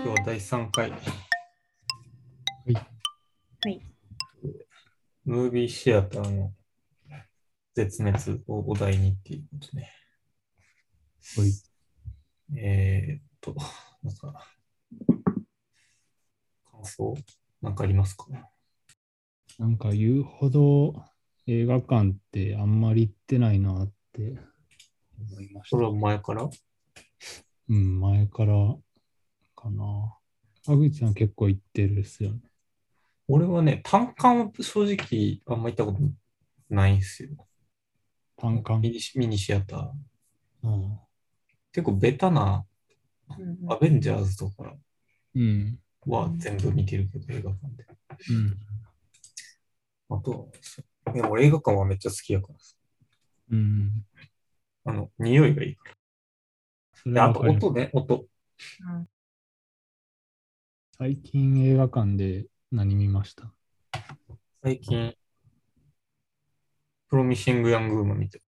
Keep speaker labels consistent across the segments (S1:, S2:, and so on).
S1: 3回。はい。
S2: はい。
S1: ムービーシアターの絶滅をお題にっていうことね。
S3: はい。
S1: えー、っと、なんか、感想、なんかありますか
S3: なんか言うほど映画館ってあんまり行ってないなって思いまし
S1: それ
S3: た。
S1: は前から
S3: うん、前からかな。田口さん結構行ってるっすよね。
S1: 俺はね、単館は正直あんま行ったことないんですよ。
S3: 単
S1: ミ
S3: 館。
S1: ニシミニシアター。
S3: うん。
S1: 結構ベタな
S2: うん
S1: アベンジャーズとか
S3: うん。
S1: は全部見てるけど、映画館で。
S3: うん。
S1: あとはそう、いや俺映画館はめっちゃ好きやからさ
S3: うん。
S1: あの、匂いがいいか
S3: そ
S1: ら。
S3: れ
S1: で
S3: は
S1: あ
S3: わ
S1: と
S3: かります
S1: 音ね、音。
S3: 最近映画館で何見ました
S1: 最近、プロミシング・ヤング・ウーマン見てる、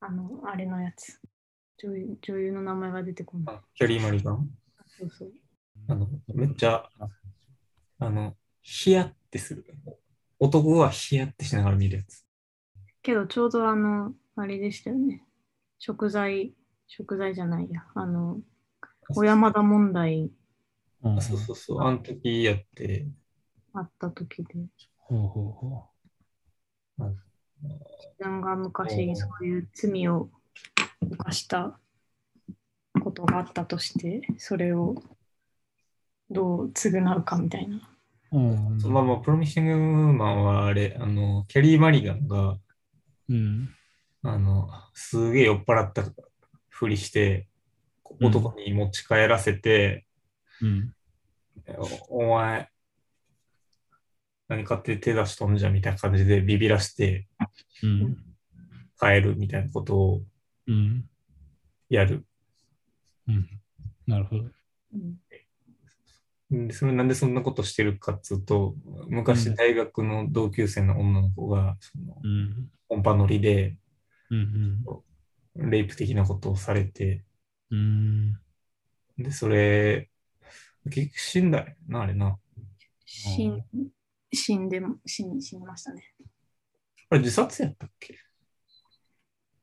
S2: あの、あれのやつ。女優女優の名前が出てこない。
S1: あキャリー・マリガン。
S2: そうそう。
S1: あの、めっちゃ、あの、ヒヤってする。男はヒヤってしながら見るやつ。
S2: けど、ちょうどあの、あれでしたよね。食材、食材じゃないや。あの、小山田問題
S3: うん
S1: あそうそうそう、あの時やって、
S2: あった時で、
S3: ほうほうほ
S2: 自分が昔そういう罪を犯したことがあったとして、それをどう償うかみたいな。
S3: う。うん。
S1: まあまあ、プロミシング・ウーマンはあれ、あの、キャリー・マリガンが、
S3: うん。
S1: あの、すげえ酔っ払ったふりして、
S3: うん
S1: 男に持ち帰らせて、
S3: うん。
S1: おお前、何勝手に手出しとんじゃんみたいな感じでビビらして
S3: うん。
S1: 帰るみたいなことを
S3: うん。
S1: やる。
S3: うん。なるほど。
S2: うん
S1: でそれなんでそんなことしてるかっつうと、
S3: う
S1: 昔
S3: ん
S1: 大学の同級生の女の子が、その
S3: うん。
S1: コンパ乗りで、
S3: うん。
S1: レイプ的なことをされて、
S3: うん。
S1: で、それ、結局死んだよな、あれな。
S2: 死ん死んでも死に死にましたね。
S1: あれ自殺やったっけ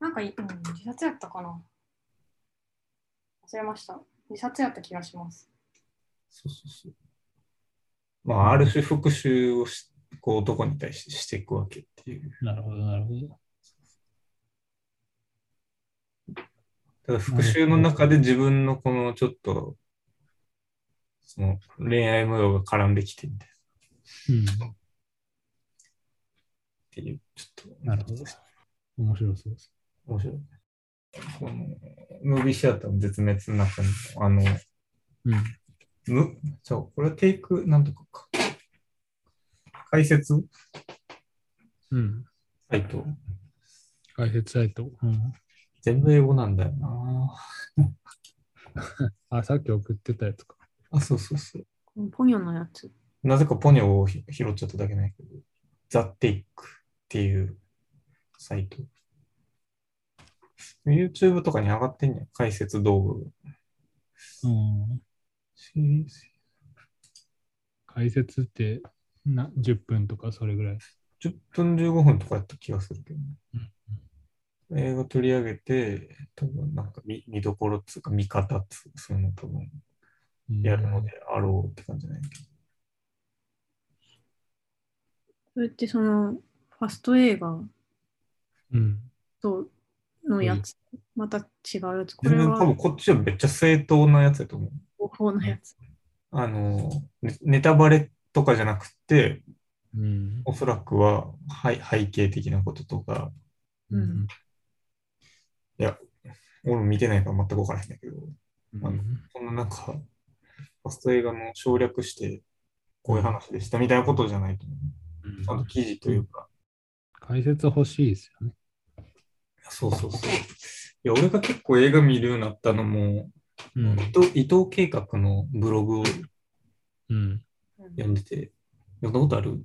S2: なんか、うん、自殺やったかな忘れました。自殺やった気がします。
S1: そうそうそう。まあ、ある種復讐をしこう男に対してしていくわけっていう。
S3: なるほど、なるほど。
S1: ただ復讐の中で自分のこのちょっと、その恋愛模様が絡んできてみたいなっ
S3: うん。
S1: ていう、ちょっと。
S3: なるほど面白そうです。
S1: 面白い。このムービーシアターの絶滅の中に、あの、
S3: うん。
S1: む、そう、これはテイクなんとかか。解説
S3: うん。
S1: サイト。
S3: 解説サイト。うん。
S1: 全部英語なんだよな。
S3: あ、さっき送ってたやつか。
S1: あ、そうそうそう。
S2: このポニョのやつ。
S1: なぜかポニョをひ拾っちゃっただけないけど、ザ・テイクっていうサイト。YouTube とかに上がってんじゃん。解説動画が。
S3: うん。
S1: シリーズ
S3: 解説ってな10分とかそれぐらい。
S1: 10分15分とかやった気がするけどね。映画取り上げて、多分なんか見見どころっつうか見方っつうそういうの多分
S3: うん
S1: やるのであろうって感じじゃないけど。
S2: それってその、ファスト映画
S3: うん。
S2: とのやつ、また違うやつ。これ
S1: 全然多
S2: は
S1: 分こっちはめっちゃ正当なやつやと思う。
S2: 方法のやつ。
S1: あの、ねネタバレとかじゃなくて、
S3: うん。
S1: おそらくははい背景的なこととか、
S3: うん。
S1: 俺も見てないから全く分からへんだけど、
S3: うん。
S1: そんななんか、ファスト映画の省略して、こういう話でしたみたいなことじゃないと思う。ちゃんと記事というか、
S3: 解説欲しいですよね。
S1: そうそうそう。いや、俺が結構映画見るようになったのも、
S3: うん
S1: 伊藤伊藤計画のブログを
S3: うん。
S1: 読んでて、読んだことある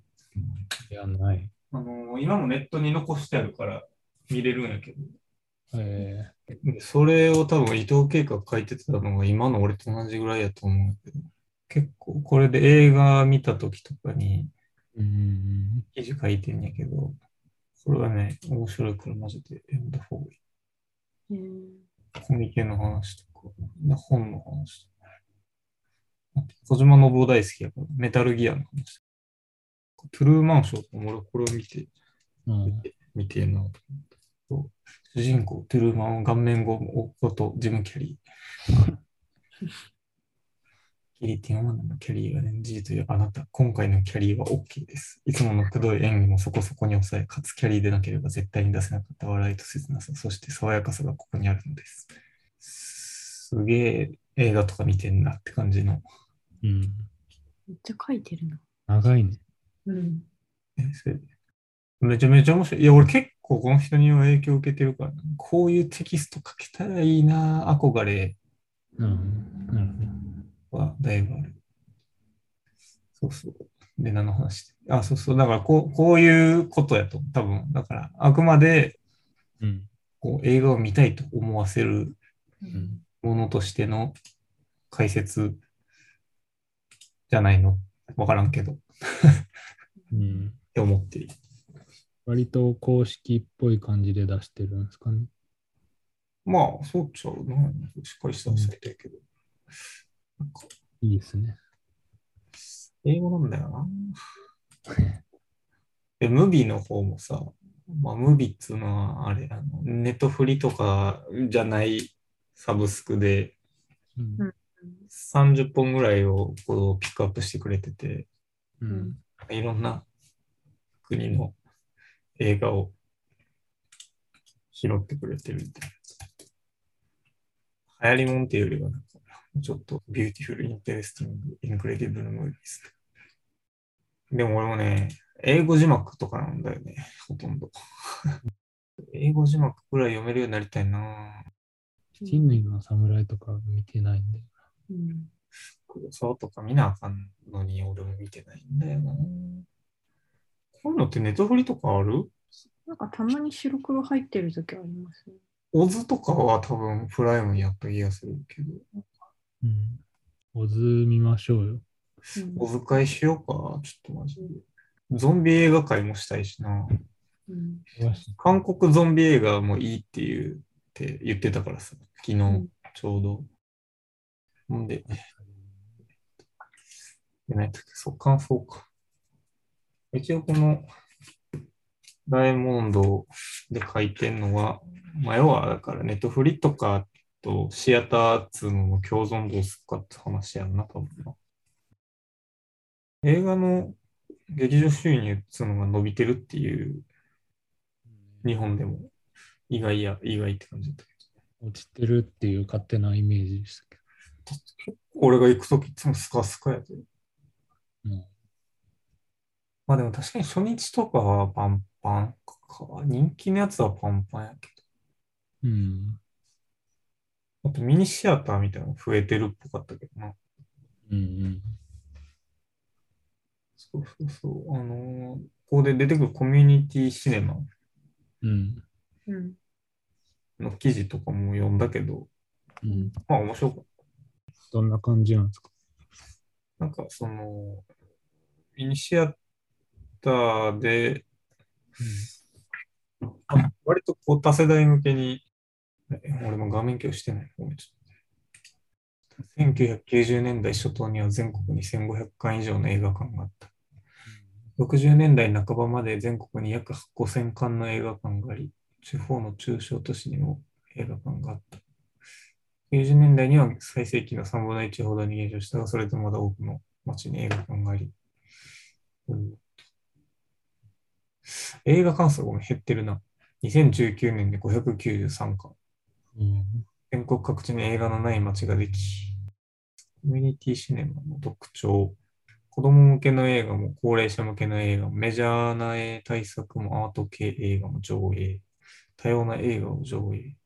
S3: いや、ない。
S1: あの、今もネットに残してあるから見れるんやけど、
S3: え
S1: それを多分伊藤計画書いてたのが今の俺と同じぐらいやと思うんやけど、結構、これで映画見た時とかに
S3: うん。
S1: 記事書いてんやけど、これはね、面白いからマジで読んだ方がいい。
S2: うん
S1: コミケの話とか、本の話とか。あと小島信夫大好きやから、メタルギアの話。トゥルーマンションとかも俺これを見て、
S3: うん
S1: 見てるなと思った主人公、トゥルーマンを顔面後もこと、ジム・キャリ ー。キリティン・マンのキャリーが演じるというあなた、今回のキャリーは OK です。いつものくどい演技もそこそこに抑え、かつキャリーでなければ絶対に出せなかった笑いと切なさ、そして爽やかさがここにあるのです。すげえ映画とか見てんなって感じの。
S3: うん。
S2: めっちゃ書いてるな。
S3: 長いね。
S2: うん。
S1: えそれめちゃめちゃ面白い。いや、俺結構この人には影響を受けてるからな、こういうテキスト書けたらいいな、憧れ
S3: うん。なるほど。
S1: はだいぶある。そうそう。で、何の話あ、そうそう。だからこう、こういうことやと、多分。だから、あくまで
S3: うん。
S1: こう映画を見たいと思わせる
S3: ん
S1: ものとしての解説じゃないの。わからんけど。っ
S3: うん。
S1: て思っている。
S3: 割と公式っぽい感じで出してるんですかね。
S1: まあ、そうちゃうな。しっかりしたサイトやけど。なんか
S3: いいですね。
S1: 英語なんだよな。で、ムビの方もさ、まあ、ムビっつうのは、あれ、あのネットフリとかじゃないサブスクで
S3: うん
S1: 30本ぐらいをこうピックアップしてくれてて、
S3: うん。
S1: いろんな国の映画を拾ってくれてるみたいな。流行りもんっていうよりはなんか、ちょっとビューティフル、インテレスティング、インクレディブルムービーズ。でも俺もね、英語字幕とかなんだよね、ほとんど。英語字幕くらい読めるようになりたいな
S3: 人類の侍とか見てないんで。
S2: うん。
S1: 黒沢とか見なあかんのに俺も見てないんだよなこういうのってネトフリとかある
S2: なんかたまに白黒入ってる時ありますね。
S1: オズとかは多分プライムにやった気がするけど、
S3: うん。オズ見ましょうよ。
S2: うん
S1: オズ会しようか、ちょっとマジで。ゾンビ映画会もしたいしな。
S2: うん
S1: 韓国ゾンビ映画もいいっていうって言ってたからさ、昨日ちょうど。ほんで、でね、そう、感想か。一応この、ダイヤモンドで書いてんのは、まあ、要はだからネットフリとかとシアターっつうのの共存どうすっかって話やんな、多分な。映画の劇場収入っつうのが伸びてるっていう、日本でも意外や、意外って感じだったけ
S3: 落ちてるっていう勝手なイメージでしたけ
S1: ど。俺が行くときいつもスカスカやで。
S3: ど。うん
S1: まあでも確かに初日とかはパンパンか。人気のやつはパンパンやけ
S3: うん。
S1: ど。あとミニシアターみたいなの増えてるっぽかったけどな。
S3: うん。
S1: そうそうそう。あのーここで出てくるコミュニティシネマ
S3: うん。
S2: うん。
S1: の記事とかも読んだけど、
S3: うん。
S1: まあ面白かっ
S3: どんな感じなんですか
S1: た。なんかその、ミニシアターで、あ割とこう多世代向けに、え俺も画面共有してない。ごめんちょっと1990年代初頭には全国に1500館以上の映画館があった。60年代半ばまで全国に約5000館の映画館があり、地方の中小都市にも映画館があった。90年代には最盛期の3分の1ほどに減少したが、それでもまだ多くの町に映画館があり、うん映画館数がごめん減ってるな。2019年で593館。
S3: うん。
S1: 全国各地に映画のない街ができ、コミュニティシネマの特徴、子供向けの映画も高齢者向けの映画もメジャーな対策もアート系映画も上映、多様な映画を上映。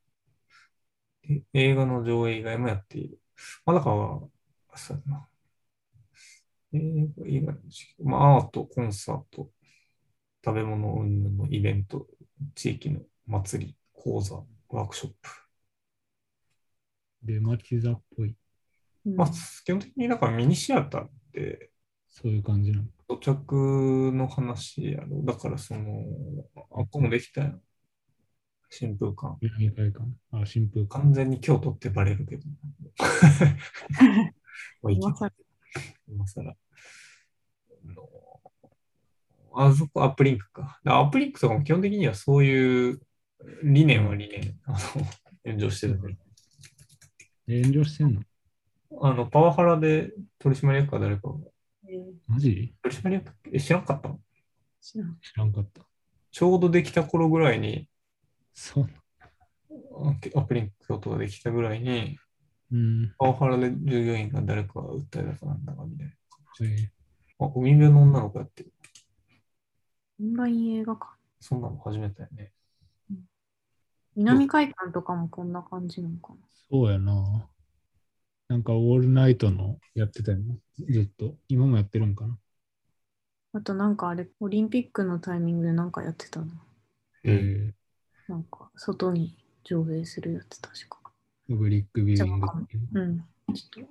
S1: で映画の上映以外もやっている。まあだから、そうやな。映画以外の事業まあアート、コンサート、食べ物云々のイベント、地域の祭り、講座、ワークショップ。
S3: 出町座っぽい。
S2: うん
S1: まあ、基本的にだからミニシアターって、
S3: そういう感じなの。
S1: 土着の話やろ。だからその、あっこもできたやん。新風館。
S3: 南海館。あ、新風館。
S1: 完全に京都ってバレるけど。もういき
S2: 今更
S1: 今更。あのあそこアップリンクか。だからアップリンクとかも基本的にはそういう理念は理念。あの、炎上してるけど
S3: え炎上してんの
S1: あの、パワハラで取締役か誰かが
S2: えー
S3: マジ
S1: 取締役え知らんかった
S2: 知らん
S3: 知らんかった。
S1: ちょうどできた頃ぐらいに、
S3: そう。
S1: あアップリンク京都ができたぐらいに、
S3: うん。
S1: パワハラで従業員が誰かが訴えたかなんだかみたいな。
S3: はい
S1: あ、海辺の女の子やってる。
S2: オンライン映画館。
S1: そんなの初めてやね。
S2: 南海館とかもこんな感じなのかな。
S3: そうやな。なんか、オールナイトのやってたよね。ずっと。今もやってるんかな。
S2: あとなんかあれ、オリンピックのタイミングでなんかやってたな。
S1: うん
S3: え
S2: なんか外に上映するやつ確か。
S3: ー、ブリックビューイングっていう。
S2: うん。ちょっ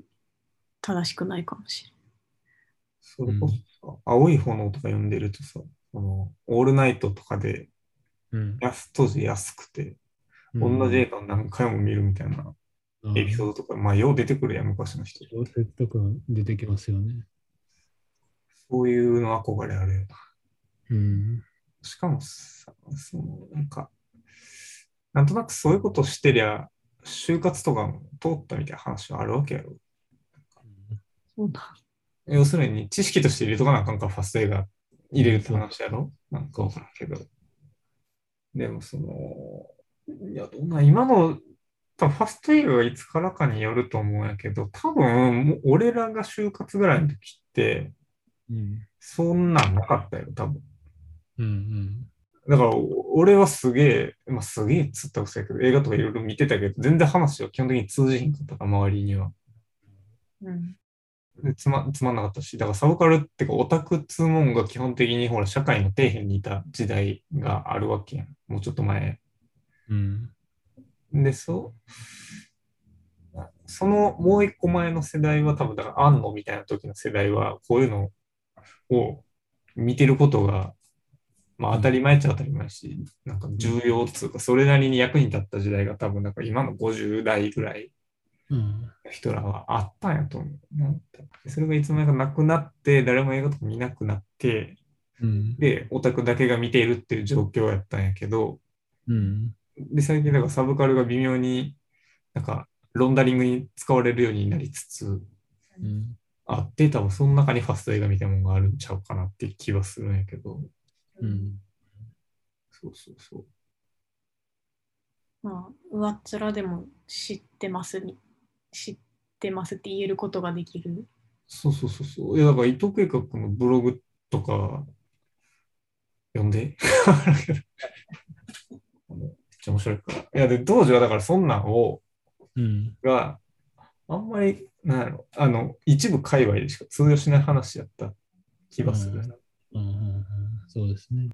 S2: と正しくないかもしれ
S1: それこそさ、青い炎とか呼んでるとさ、このオールナイトとかで
S3: うん。
S1: 安当時安くて、
S3: うん
S1: 同じ映画を何回も見るみたいなエピソードとか、まあ、よう出てくるやん、昔の人。
S3: 小説とか出てきますよね。
S1: そういうの憧れあるよな。
S3: うん。
S1: しかもさ、その、なんか、なんとなくそういうことしてりゃ、就活とかも通ったみたいな話はあるわけやろ。
S2: ん。そうだ。
S1: 要するに、知識として入れとかなあかんから、ファスト映画入れるって話やろなんかわからんけど。でも、その、いや、どんな、今の、多分ファスト映画がいつからかによると思うんやけど、多分、もう俺らが就活ぐらいの時って、
S3: うん。
S1: そんなんなかったよ、多分。
S3: うん。
S1: だから、お俺はすげえ、まあ、すげえっつったらそうやけど、映画とかいろいろ見てたけど、全然話は基本的に通じひんかったから、周りには。
S2: うん。
S1: でつまつまんなかったし、だからサブカルってかオタクっつうもんが基本的にほら社会の底辺にいた時代があるわけやん。もうちょっと前。
S3: うん。
S1: で、そう、そのもう一個前の世代は多分だから安野みたいな時の世代はこういうのを見てることが、まあ当たり前っちゃ当たり前やし、なんか重要っつうか、それなりに役に立った時代が多分なんか今の50代ぐらい
S3: うん。
S1: 人らはあったんやと思う。なんかそれがいつの間にかなくなって、誰も映画とか見なくなって、
S3: うん。
S1: で、オタクだけが見ているっていう状況やったんやけど、
S3: うん。
S1: で、最近だからサブカルが微妙になんかロンダリングに使われるようになりつつ
S3: うん。
S1: あって、多分その中にファスト映画みたいなものがあるんちゃうかなって気はするんやけど、
S3: うん。
S1: そうそうそう。
S2: まあ、上っ面でも知ってますに、知ってますって言えることができる。
S1: そうそうそうそう。いや、だから伊藤計画のブログとか、読んで。あのめっちゃ面白いから。いや、で、当時はだからそんなんを、
S3: うん。
S1: が、あんまり、なんやろ、あの、一部界隈でしか通用しない話やった気がする。
S3: うんうん。そうですね。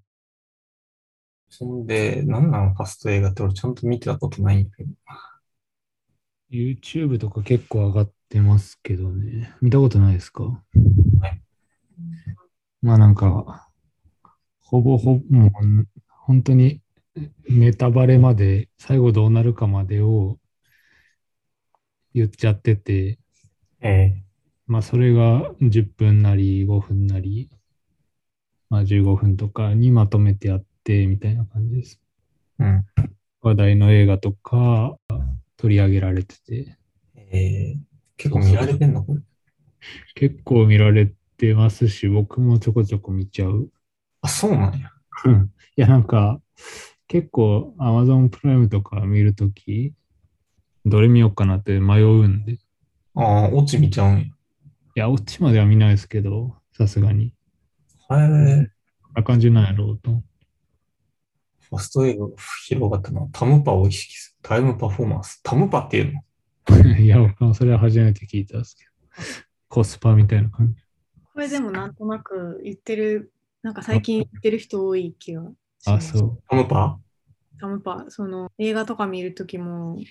S1: そんで、なんなの、ファスト映画って俺ちゃんと見てたことないんだけど。
S3: YouTube とか結構上がってますけどね。見たことないですかまあなんか、ほぼほぼ、もう本当にネタバレまで、最後どうなるかまでを言っちゃってて、
S1: ええ
S3: まあそれが10分なり5分なり、まあ15分とかにまとめてやってみたいな感じです。
S1: うん。
S3: 話題の映画とか取り上げられてて、
S1: ええ結構見られてんのこれ。
S3: 結構見られてますし、僕もちょこちょこ見ちゃう。
S1: あ、そうなんや。
S3: うん いやなんか結構 Amazon プライムとか見るとき、どれ見ようかなって迷うんで、い
S1: ああ、オチ見ちゃうんや。
S3: や、オチまでは見ないですけど、さすがに。
S1: へえ
S3: こんな感じなんやろうと。
S1: ファスト映画が広がったのはタムパを意識する。タイムパフォーマンス。タムパっていうの
S3: いや、僕もそれは初めて聞いたんですけど、コスパみたいな感じ。
S2: これでもなんとなく言ってる、なんか最近言ってる人多い気がし
S3: あ、
S2: ます。
S3: そ
S1: タムパ
S2: タムパ、その映画とか見るときも、
S3: う。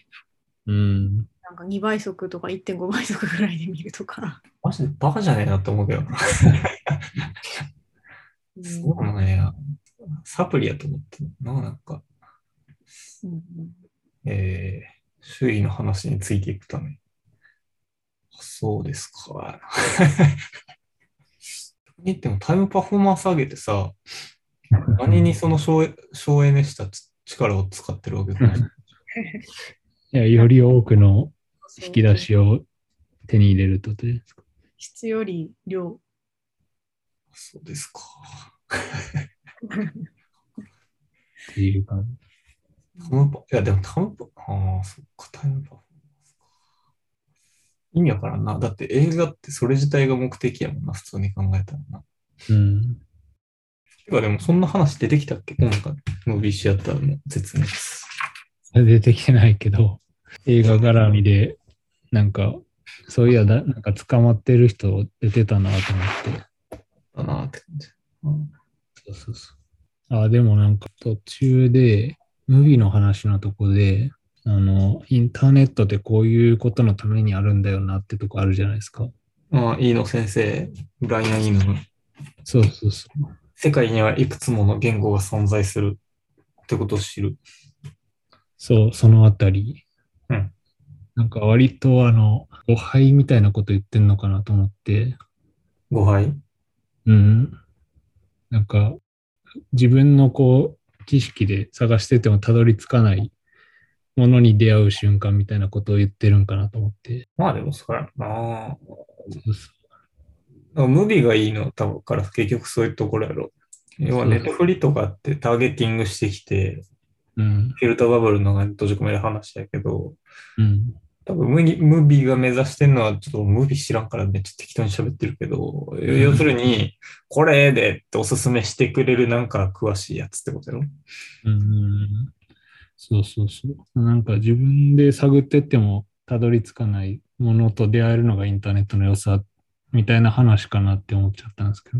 S3: うん。
S2: なんか2倍速とか1.5倍速ぐらいで見るとか。
S1: マジでバカじゃねえなって思うけど。そうなのや。サプリやと思ってるな、なんか、
S2: うんうん
S1: えー、周囲の話についていくために。そうですか。 にってもタイムパフォーマンス上げてさ、何にその省エ省エネしたつ力を使ってるわけかな。
S3: いや、より多くの
S2: そ う
S3: 引き出しを手に入れるとということですか。
S2: 質より量。
S1: そうですか。
S3: っていう感じ。
S1: タイムパ、いやでもタイムパ、ああ、そっか、タイムパフォーマンスか。意味わからんな。だって映画ってそれ自体が目的やもんな、普通に考えたらな。
S3: うん。
S1: てかでもそんな話出てきたっけ今回の b シアターの絶滅。
S3: それ出てきてないけど、映画絡みで、なんか、そういやだ、なんか捕まってる人出てたなと思って。
S1: だなって感じ。
S3: そうそうそう。あ、でもなんか途中で、ムービーの話のとこで、あの、インターネットってこういうことのためにあるんだよなってとこあるじゃないですか。
S1: ああ、イーノ先生、ブライアン・イーノの
S3: そうそうそう。
S1: 世界にはいくつもの言語が存在するってことを知る。
S3: そう、そのあたり。
S1: うん
S3: なんか割とあの、誤配みたいなこと言ってんのかなと思って。
S1: 誤配
S3: うん。なんか、自分のこう、知識で探しててもたどり着かないものに出会う瞬間みたいなことを言ってるんかなと思って。
S1: まあでもそれはな。
S3: そうそ
S1: ムービーがいいの多分から結局そういうところやろ。要はネットフリとかってターゲティングしてきて、
S3: う。うん。
S1: フィルターバブルの中に閉じ込める話やけど、
S3: うん。
S1: 多分ムギムービーが目指してるのは、ちょっとムービー知らんからめっちゃ適当に喋ってるけど、
S3: ん
S1: 要するに、これでっておすすめしてくれるなんか詳しいやつってことやろ
S3: うんうんうんそうそうそう。なんか自分で探ってってもたどり着かないものと出会えるのがインターネットの良さみたいな話かなって思っちゃったんですけど。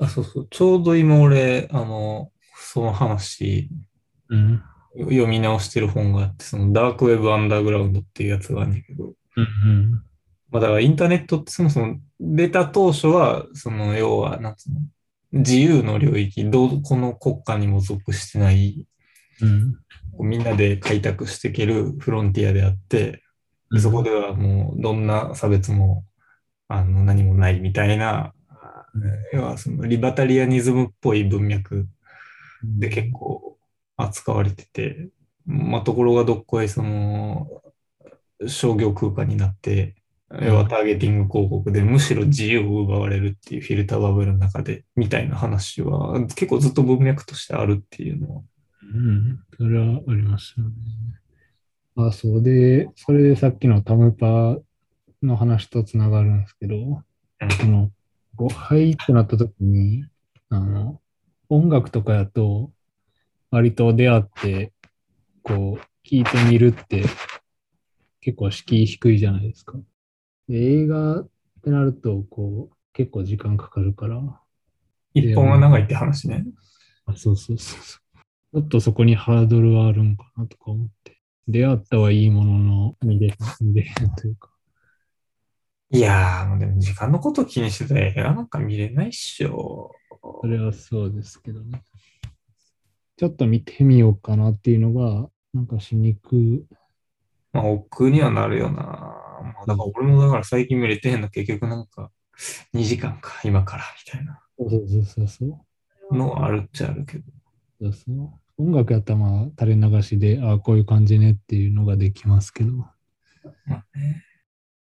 S1: あ、そうそう。ちょうど今俺、あの、その話、
S3: うん。
S1: 読み直してる本があって、そのダークウェブアンダーグラウンドっていうやつがあるんだけど、
S3: うん
S1: まあだからインターネットってそもそも出た当初は、その要は、なんつうの、自由の領域、どうこの国家にも属してない、
S3: うん。うん
S1: こうみんなで開拓していけるフロンティアであって、でそこではもうどんな差別もあの何もないみたいな、あ要はそのリバタリアニズムっぽい文脈で結構扱われてて、まあ、ところがどっこいその商業空間になって、要はターゲティング広告でむしろ自由を奪われるっていうフィルターバブルの中でみたいな話は結構ずっと文脈としてあるっていうのは。
S3: うん。それはありますよね。あ、そうで、それでさっきのタムパの話とつながるんですけど、その、誤配ってなった時に、あの、音楽とかやと、割と出会って、こう、聴いてみるって、結構敷居低いじゃないですか。で映画ってなると、こう、結構時間かかるから、
S1: 一本は長いって話ね。
S3: あ、そうそうそうそう。ちょっとそこにハードルはあるんかなとか思って。出会ったはいいものの、見れ、見れへんというか。
S1: いやー、もうでも時間のこと気にしてたら映画なんか見れないっしょ。
S3: それはそうですけどね。ちょっと見てみようかなっていうのが、なんかしにく
S1: まあ、億劫にはなるよな。まあ、だから俺もだから最近見れてへんの結局なんか2時間か、今からみたいな
S3: そうそうそうそう。
S1: のはあるっちゃあるけど。
S3: そうそう音楽やったらまあ垂れ流しで、ああ、こういう感じねっていうのができますけど。
S1: まあね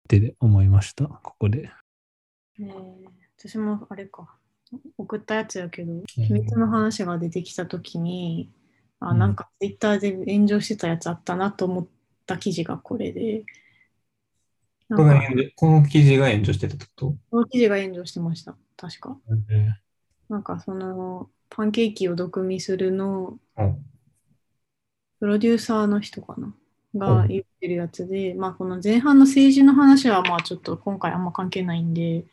S3: って思いました、ここで。
S2: ねえ私もあれか送ったやつやけど秘密の話が出てきた時に、あ
S3: うん
S2: なんかツイッターで炎上してたやつあったなと思った記事がこれでな
S1: この
S2: んか
S1: 炎上この記事が炎上してたってこと
S2: この記事が炎上してました確かなんかそのパンケーキを毒味するの
S1: うん。
S2: プロデューサーの人かなが言ってるやつで、まあこの前半の政治の話はまあちょっと今回あんま関係ないんで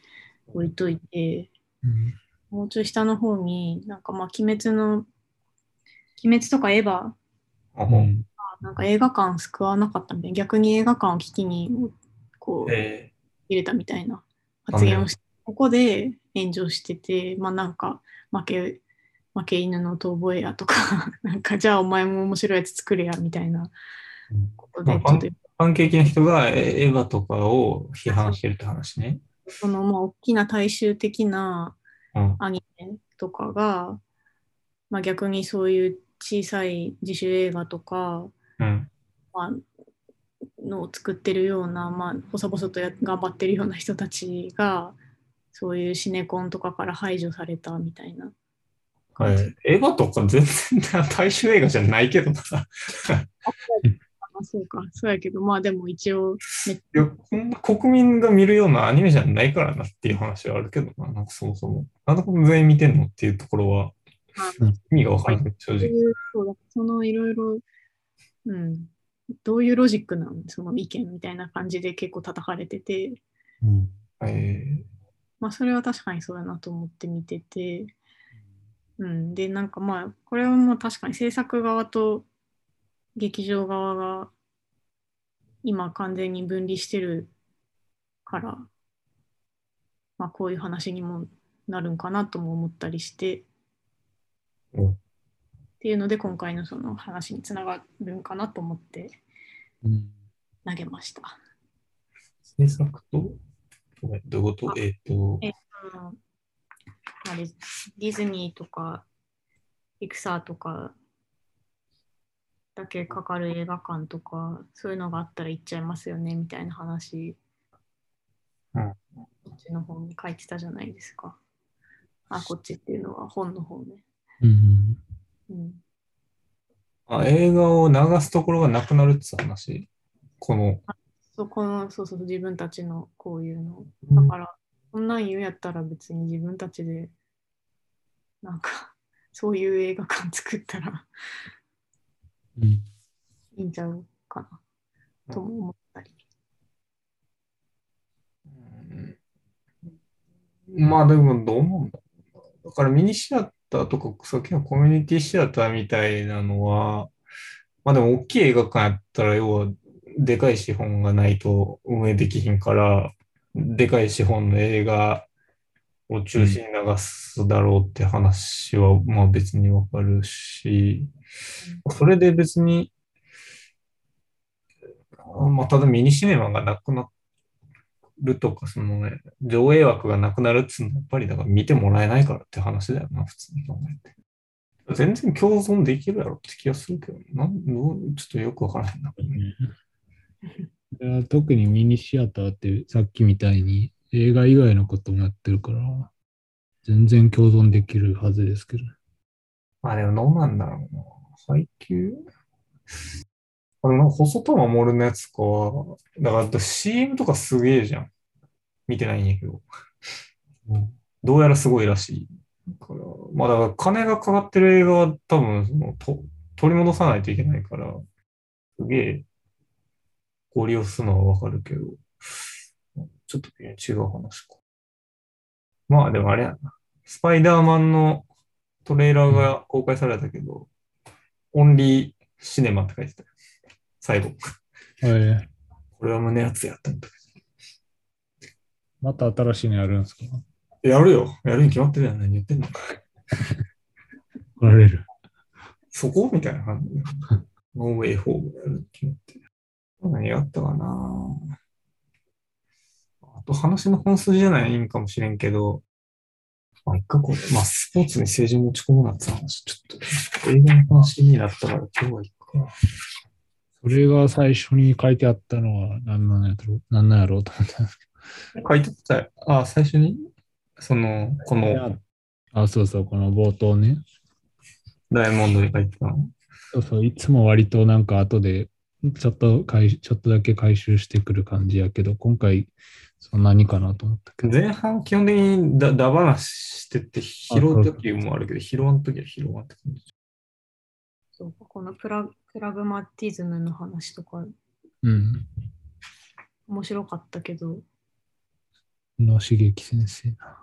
S2: 置いといて
S3: うん
S2: もうちょい下の方に、なんかまあ、鬼滅の、鬼滅とかエヴァ
S1: あほう
S2: なんか映画館救わなかったみたいな、逆に映画館を危機にこう
S1: え
S2: 入れたみたいな発言をして、ここで炎上してて、まあなんか負け、負け犬の遠吠えやとか、 なんかじゃあお前も面白いやつ作れやみたいなことで、
S1: まあ
S2: ちょっと
S1: ー、パンケーキな人がえエヴァとかを批判してるって話ね。
S2: そのまあ大きな大衆的な
S1: うん。
S2: アニメとかが、まあ、逆にそういう小さい自主映画とか、
S1: うん。
S2: まあ、のを作ってるような、まあ、細々とや頑張ってるような人たちがそういうシネコンとかから排除されたみたいな。
S1: はい、エヴァとか全然大衆映画じゃないけどな。
S2: あそうか、そうやけど、まあでも一応、ね、
S1: いや、こんな国民が見るようなアニメじゃないからなっていう話はあるけどな、なんかそもそも。なんでこの全員見てんのっていうところは
S3: うん、
S1: 意味がわからない、正
S2: そう
S1: 直。
S2: いうそうだそのいろいろ、うん、どういうロジックなんその意見みたいな感じで結構叩かれてて、
S3: うん。
S1: え
S2: まあそれは確かにそうだなと思って見てて、うん、でなんかまあこれはもう確かに制作側と劇場側が今完全に分離してるから、まあ、こういう話にもなるんかなとも思ったりして、
S1: うん
S2: っていうので今回のその話につながるんかなと思って
S3: うん。
S2: 投げました。
S1: ー、制作と、ごめんどういうことえっ、と、
S2: えうんあれディズニーとかピクサーとかだけかかる映画館とかそういうのがあったら行っちゃいますよねみたいな話、
S1: うん
S2: こっちの方に書いてたじゃないですかあこっちっていうのは本の方ね、
S3: うん。
S2: うん、
S1: あ映画を流すところがなくなるって話この、
S2: そこのそうそう自分たちのこういうの
S1: う
S2: だ
S1: ん
S2: から、こんなん言うやったら別に自分たちで、なんか、そういう映画館作ったら
S3: うん。
S2: いいんちゃうかな、とも思ったり。
S1: まあでもどう思うんだろうなだからミニシアターとか、さっきのコミュニティシアターみたいなのは、まあでも大きい映画館やったら、要はでかい資本がないと運営できひんから、でかい資本の映画を中心に流すだろうって話は、まあ別にわかるし、それで別に、まあただミニシネマがなくなるとか、そのね、上映枠がなくなるっつうのは、やっぱりだから見てもらえないからって話だよな、普通に考えて。全然共存できるやろって気がするけど、なんどうちょっとよくわからへんな。
S3: いや特にミニシアターってさっきみたいに映画以外のこともやってるから、全然共存できるはずですけど。
S1: まあでもどうなんだろうな。配給あの、なんか細田守のやつとかは、だからだって CM とかすげえじゃん。見てないんやけど。どうやらすごいらしいから、まあだから金がかかってる映画は多分そのと取り戻さないといけないから、すげえご利用するのはわかるけど、ちょっと違う話か。まあでもあれやな。スパイダーマンのトレーラーが公開されたけど、オンリーシネマって書いてたよ。最後。
S3: はい。
S1: これは胸熱やったんだ
S3: また新しいのやるんですか
S1: やるよ。やるに決まってるやん。何言ってんの
S3: 来られる。
S1: そこみたいな感じで。ノーウェイホームやるってなって。何があったかなあと話の本筋じゃないんかもしれんけど、まあ、一回これ、まあ、スポーツに政治を持ち込むなって話、ちょっと、映画の話になったから今日は行くか。
S3: それが最初に書いてあったのは何なんやろう何なんやろうと思ったんです
S1: 書いてたよ。ああ、最初にその、こ
S3: け
S1: の
S3: ど。あ、そうそう、この冒頭ね。
S1: ダイヤモンドに書いてたの。
S3: そうそう、いつも割となんか後で、ちょっと回収、ちょっとだけ回収してくる感じやけど、今回、そんなにかなと思ったけど。
S1: 前半基本的にだ、だ話してって、拾うときもあるけど、拾わんときは拾わんって感じ。
S2: そうこのプラプラグマティズムの話とか
S3: うん。
S2: 面白かったけど、
S3: の茂樹先生な。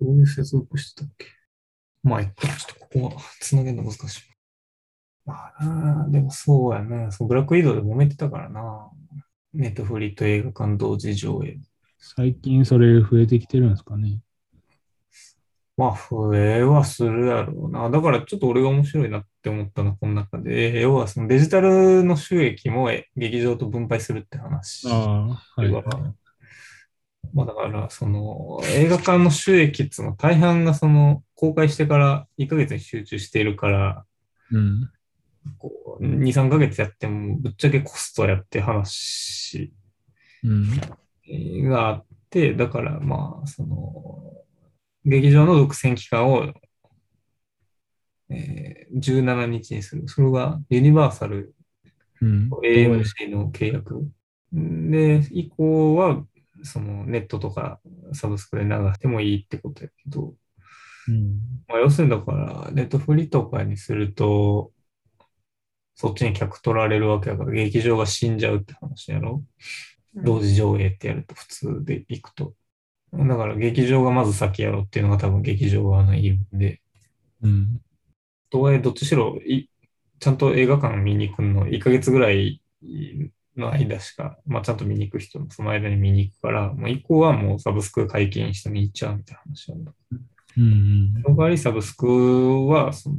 S1: どういう接続してたっけまあ、いっかちょっとここはつなげるの難しい。まあなあ、でもそうやな。そうブラックウィドウで揉めてたからな。ネットフリと映画館同時上映。
S3: 最近それ増えてきてるんですかね。
S1: まあ、増えはするやろうな。だからちょっと俺が面白いなって思ったのはこの中で、要はそのデジタルの収益もえ劇場と分配するって話。
S3: ああ、はい。
S1: まあだから、その映画館の収益っていうのは大半がその公開してから1ヶ月に集中しているから、
S3: うん。
S1: こう2、3ヶ月やってもぶっちゃけコストやって話
S3: うん。
S1: があって、だからまあ、その、劇場の独占期間を、えー17日にする。それがユニバーサル
S3: うん。
S1: AMC の契約。で、以降は、そのネットとかサブスクで流してもいいってことやけど、
S3: うん。
S1: まあ、要するにだから、ネットフリとかにすると、そっちに客取られるわけだから、劇場が死んじゃうって話やろ。同時上映ってやると、普通で行くと。だから、劇場がまず先やろっていうのが多分劇場側の言い分で、
S3: うん。
S1: とはいえ、どっちしろい、ちゃんと映画館見に行くの、1ヶ月ぐらいの間しか、まあ、ちゃんと見に行く人もその間に見に行くから、もう以降はもうサブスク解禁して見に行っちゃうみたいな話なんだ。
S3: うん。
S1: その代わりサブスクは、その、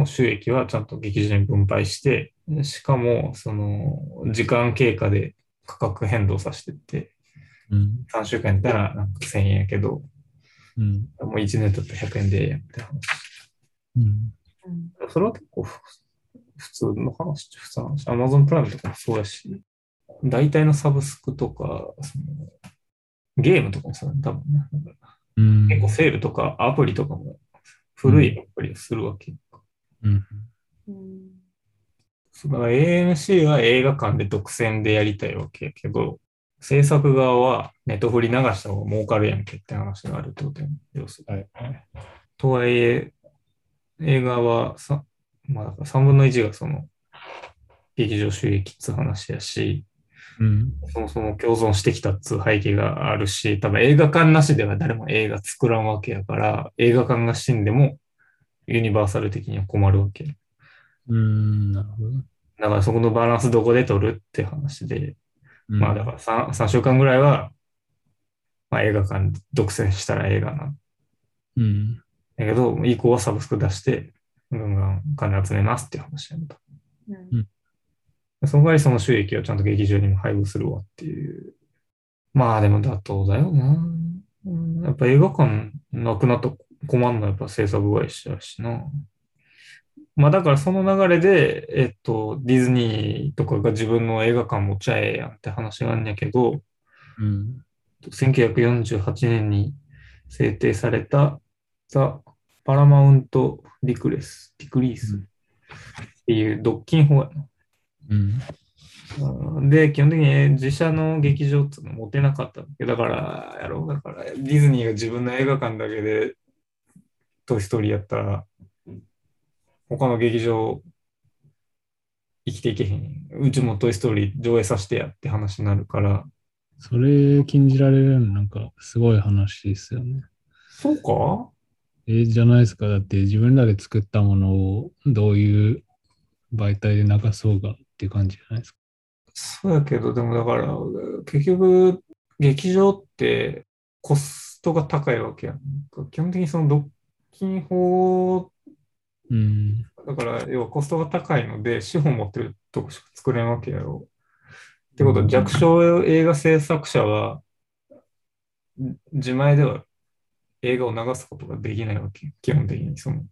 S1: の収益はちゃんと劇場に分配して、しかも、その、時間経過で価格変動させてって、
S3: うん。
S1: 3週間やったらなんか1000円やけど、
S3: うん。
S1: もう1年経ったら100円でええやんみたいな話。
S3: うん。
S2: うん
S1: それは結構ふ普通の話っちゃ普通の話。Amazon プライムとかもそうやし、大体のサブスクとか、そのゲームとかもそうだね、多分ね。
S3: うん。
S1: 結構セールとかアプリとかも古いアプリをするわけ。
S3: うん。
S2: うん
S1: そうだから AMC は映画館で独占でやりたいわけやけど、制作側はネットフリ流した方が儲かるやんけって話があるってことやん、要するに。とはいえ、映画はさ、まあ、だから3分の1がその劇場収益っつう話やし、
S3: うん。
S1: そもそも共存してきたっつう背景があるし、多分映画館なしでは誰も映画作らんわけやから、映画館が死んでもユニバーサル的には困るわけやん
S3: うん。なるほど。
S1: だからそこのバランスどこで取るって話で、
S3: うん
S1: まあだから 3, 3週間ぐらいは、まあ、映画館独占したら映画なん
S3: うん。
S1: だけど、以降はサブスク出して、ガンガン金集めますっていう話なんだ。
S2: うん
S1: その代わりその収益をちゃんと劇場にも配布するわっていう。まあでも妥当だよな。うんやっぱ映画館なくなったら困るのはやっぱ制作会社やしな。まあだからその流れで、えっと、ディズニーとかが自分の映画館持ちゃええやんって話があるんやけど、
S3: うん。
S1: 1948年に制定された The Paramount Decrease
S3: う
S1: っ
S3: ん
S1: ていう独禁法やな。
S3: うん。
S1: うんで、基本的に自社の劇場っていうのは持てなかったわけだから、やろう。だから、ディズニーが自分の映画館だけで、トイ・ストーリーやったら、他の劇場、生きていけへん。うちもトイ・ストーリー上映させてやって話になるから。
S3: それ禁じられるのなんかすごい話ですよね。
S1: そうか
S3: え、じゃないですか。だって自分らで作ったものをどういう媒体で流そうがっていう感じじゃないですか。
S1: そうやけど、でもだから、結局、劇場ってコストが高いわけやん。基本的にその独禁法
S3: うん。
S1: だから、要はコストが高いので、資本持ってるとこしか作れんわけやろ。ってことは、弱小映画制作者は、ん自前では映画を流すことができないわけ。基本的に。その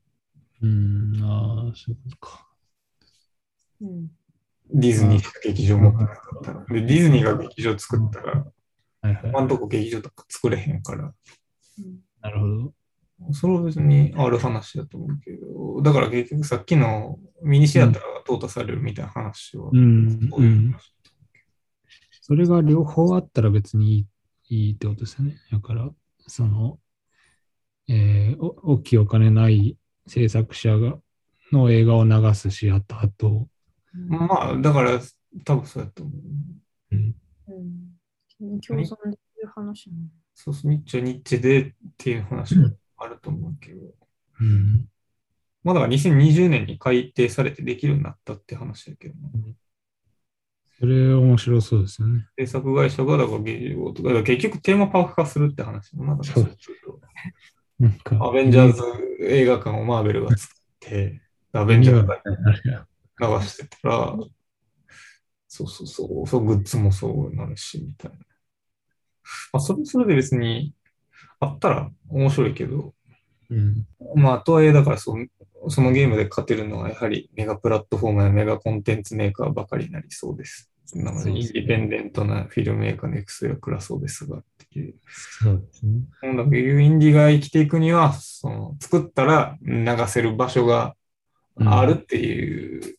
S3: うん。ああ、そういうことか。
S2: うん
S1: ディズニーしか劇場持ってなかったら。で、ディズニーが劇場作ったら、
S3: はいはい。
S1: 他のとこ劇場とか作れへんから。
S2: うん
S3: なるほど。
S1: それは別にある話だと思うけど、だから結局さっきのミニシアターが淘汰されるみたいな話は、
S3: うん
S1: そういう話
S3: それが両方あったら別にいいいいってことですよね。だから、その、えーお大きいお金ない制作者がの映画を流すし、あと、あと、
S2: うん
S1: まあ、だから、多分そうやと思う。
S2: うん共存できる話も
S1: そうそう、日中日中でっていう話もあると思うけど、
S3: うん。
S1: まあだから2020年に改定されてできるようになったって話だけどな。
S3: それ面白そうですよね。
S1: 制作会社がだから芸術とか、だから結局テーマパーク化するって話もまだ
S3: そうなんか。
S1: アベンジャーズ映画館をマーベルが作って、アベンジャーズが
S3: あれや
S1: 流してたら、そうそうそう、そうグッズもそうなるし、みたいな。まあ、それそれで別に、あったら面白いけど、
S3: うん。
S1: まあ、とはいえ、だからその、そのゲームで勝てるのは、やはりメガプラットフォームやメガコンテンツメーカーばかりになりそうです。なの
S3: そ
S1: で、
S3: うで
S1: イ
S3: す
S1: ン
S3: ね
S1: ディペンデントなフィルムメーカーの行く末は暗そうですが、っていう。
S3: そうですね。
S1: 音楽インディが生きていくには、その作ったら流せる場所があるっていう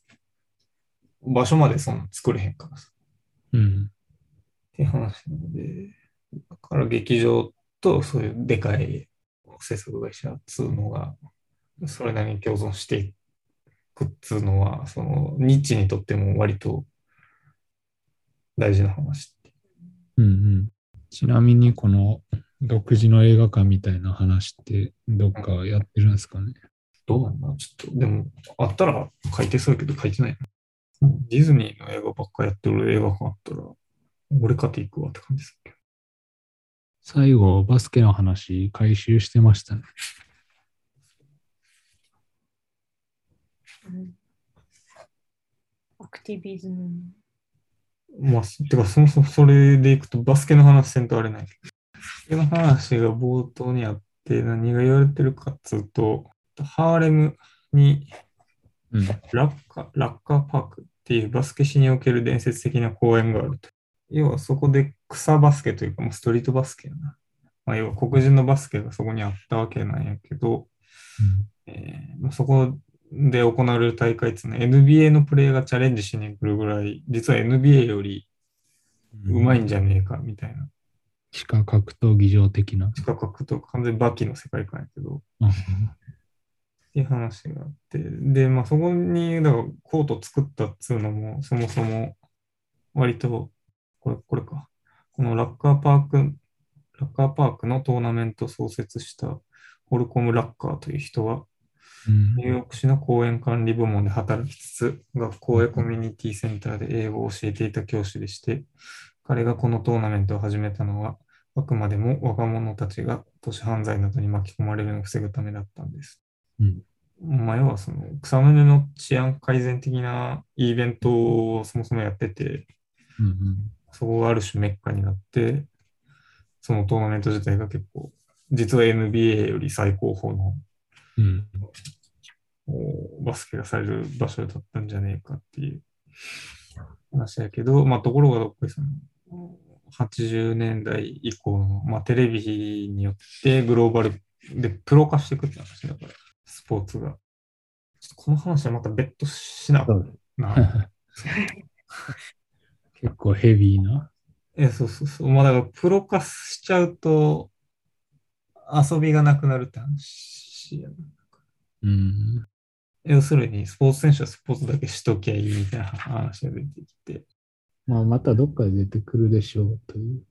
S1: 場所までその作れへんからさ。
S3: うん。
S1: っていう話なので、だから劇場とそういうでかい制作会社っつうのが、それなりに共存していくっつうのは、そのニッチにとっても割と大事な話って。
S3: うんうん。ちなみに、この独自の映画館みたいな話って、どっかやってるんですかね。
S1: どうなんだちょっと、でも、あったら書いてそうやけど書いてないな。ディズニーの映画ばっかやってる映画館あったら、俺買っていくわって感じですけど。
S3: 最後、バスケの話、回収してましたね。
S2: うんアクティビズム。
S1: まあ、そてか、そもそもそれでいくとバスケの話せんとあれない。バスケの話が冒頭にあって、何が言われてるかっつうと、ハーレムに
S3: うん。
S1: ラッカラッカーパークっていうバスケ史における伝説的な公園があると。要はそこで草バスケというか、もうストリートバスケやな。まあ、要は黒人のバスケがそこにあったわけなんやけど、えーまあそこで行われる大会っつうのは NBA のプレイヤーがチャレンジしに来るぐらい、実は NBA よりうまいんじゃねえかみたいな。
S3: 地下格闘技場的な。
S1: 地下格闘完全にバキの世界観やけど、
S3: うん
S1: っていう話があって、で、まあそこに、だからコート作ったっつうのも、そもそも、割と、これ、これか。このラッカーパーク、ラッカーパークのトーナメントを創設したホルコム・ラッカーという人は、
S3: うん
S1: ニューヨーク市の公園管理部門で働きつつ、学校やコミュニティセンターで英語を教えていた教師でして、彼がこのトーナメントを始めたのは、あくまでも若者たちが都市犯罪などに巻き込まれるのを防ぐためだったんです。
S3: うん
S1: まあ、要はその草の根の治安改善的なイベントをそもそもやってて、
S3: うんうん
S1: そこがある種メッカになって、そのトーナメント自体が結構、実は NBA より最高峰の
S3: うん
S1: こうバスケがされる場所だったんじゃねえかっていう話やけど、まあ、ところがどっかりその80年代以降の、まあ、テレビによってグローバルでプロ化していくって話だから、スポーツが。ちょっとこの話はまた別途しなあかんな。
S3: 結構ヘビーな。
S1: え、そうそうそう。まあ、だからプロ化しちゃうと遊びがなくなるって話やな。
S3: うん。
S1: 要するに、スポーツ選手はスポーツだけしときゃいいみたいな話が出てきて、
S3: まあ、またどっかで出てくるでしょうという。
S2: うん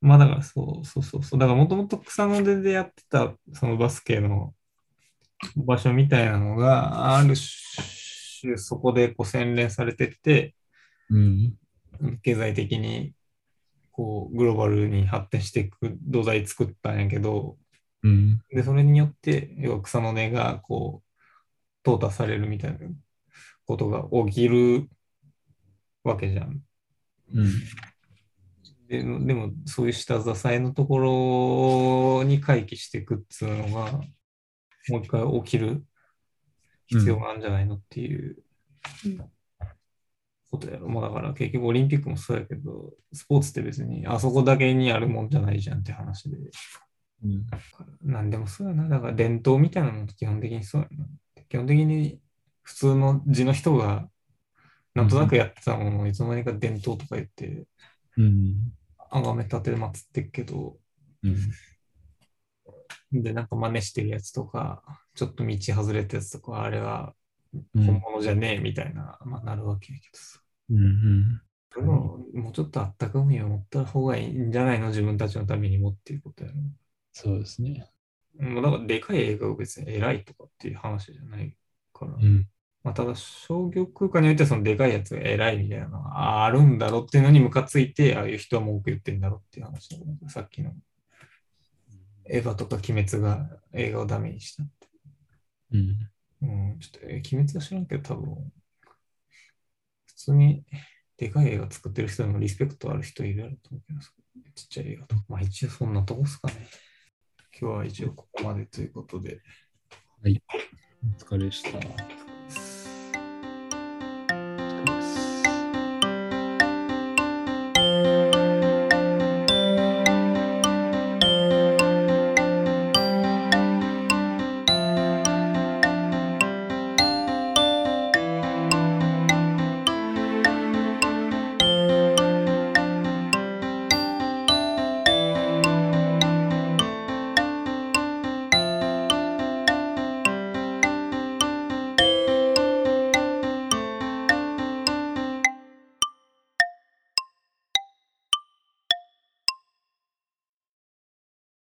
S1: まあだからそうそうそうそう。だからもともと草の根でやってたそのバスケの場所みたいなのがある種そこでこう洗練されてって
S3: うん。
S1: 経済的にこうグローバルに発展していく土台作ったんやけど
S3: うん。
S1: でそれによって要は草の根がこう淘汰されるみたいなことが起きるわけじゃん。
S3: うん。
S1: でもでもそういう下支えのところに回帰していくっていうのがもう一回起きる必要があるんじゃないのっていう
S2: うん
S1: ことやろ、まあだから結局オリンピックもそうやけどスポーツって別にあそこだけにあるもんじゃないじゃんって話で
S3: うん。
S1: 何でもそうやなだから伝統みたいなのも基本的にそうやな基本的に普通の地の人がなんとなくやってたものをいつの間にか伝統とか言って
S3: うん。
S1: 崇め立てまつってっけど
S3: うん。
S1: で、なんか真似してるやつとか、ちょっと道外れたやつとか、あれは
S3: うん
S1: 本物じゃねえみたいな、まあなるわけやけどさ。
S3: うん。
S1: でも、もうちょっとあったかみを持った方がいいんじゃないの自分たちのためにもっていうことやろ。
S3: そうですね。
S1: もうなんかでかい映画を別に偉いとかっていう話じゃないから。
S3: うん。
S1: まあ、ただ商業空間においてはそのでかいやつが偉いみたいなのがああるんだろうっていうのにムカついて、ああいう人は文句言ってんだろうっていう話だと思うさっきのエヴァとか鬼滅が映画をダメにしたって。
S3: うん。
S1: うん、ちょっと、え鬼滅は知らんけど多分、普通にでかい映画作ってる人でもリスペクトある人いるやろと思うけど、ちっちゃい映画とか。まあ一応そんなとこっすかね。今日は一応ここまでということで。
S3: お疲れでした。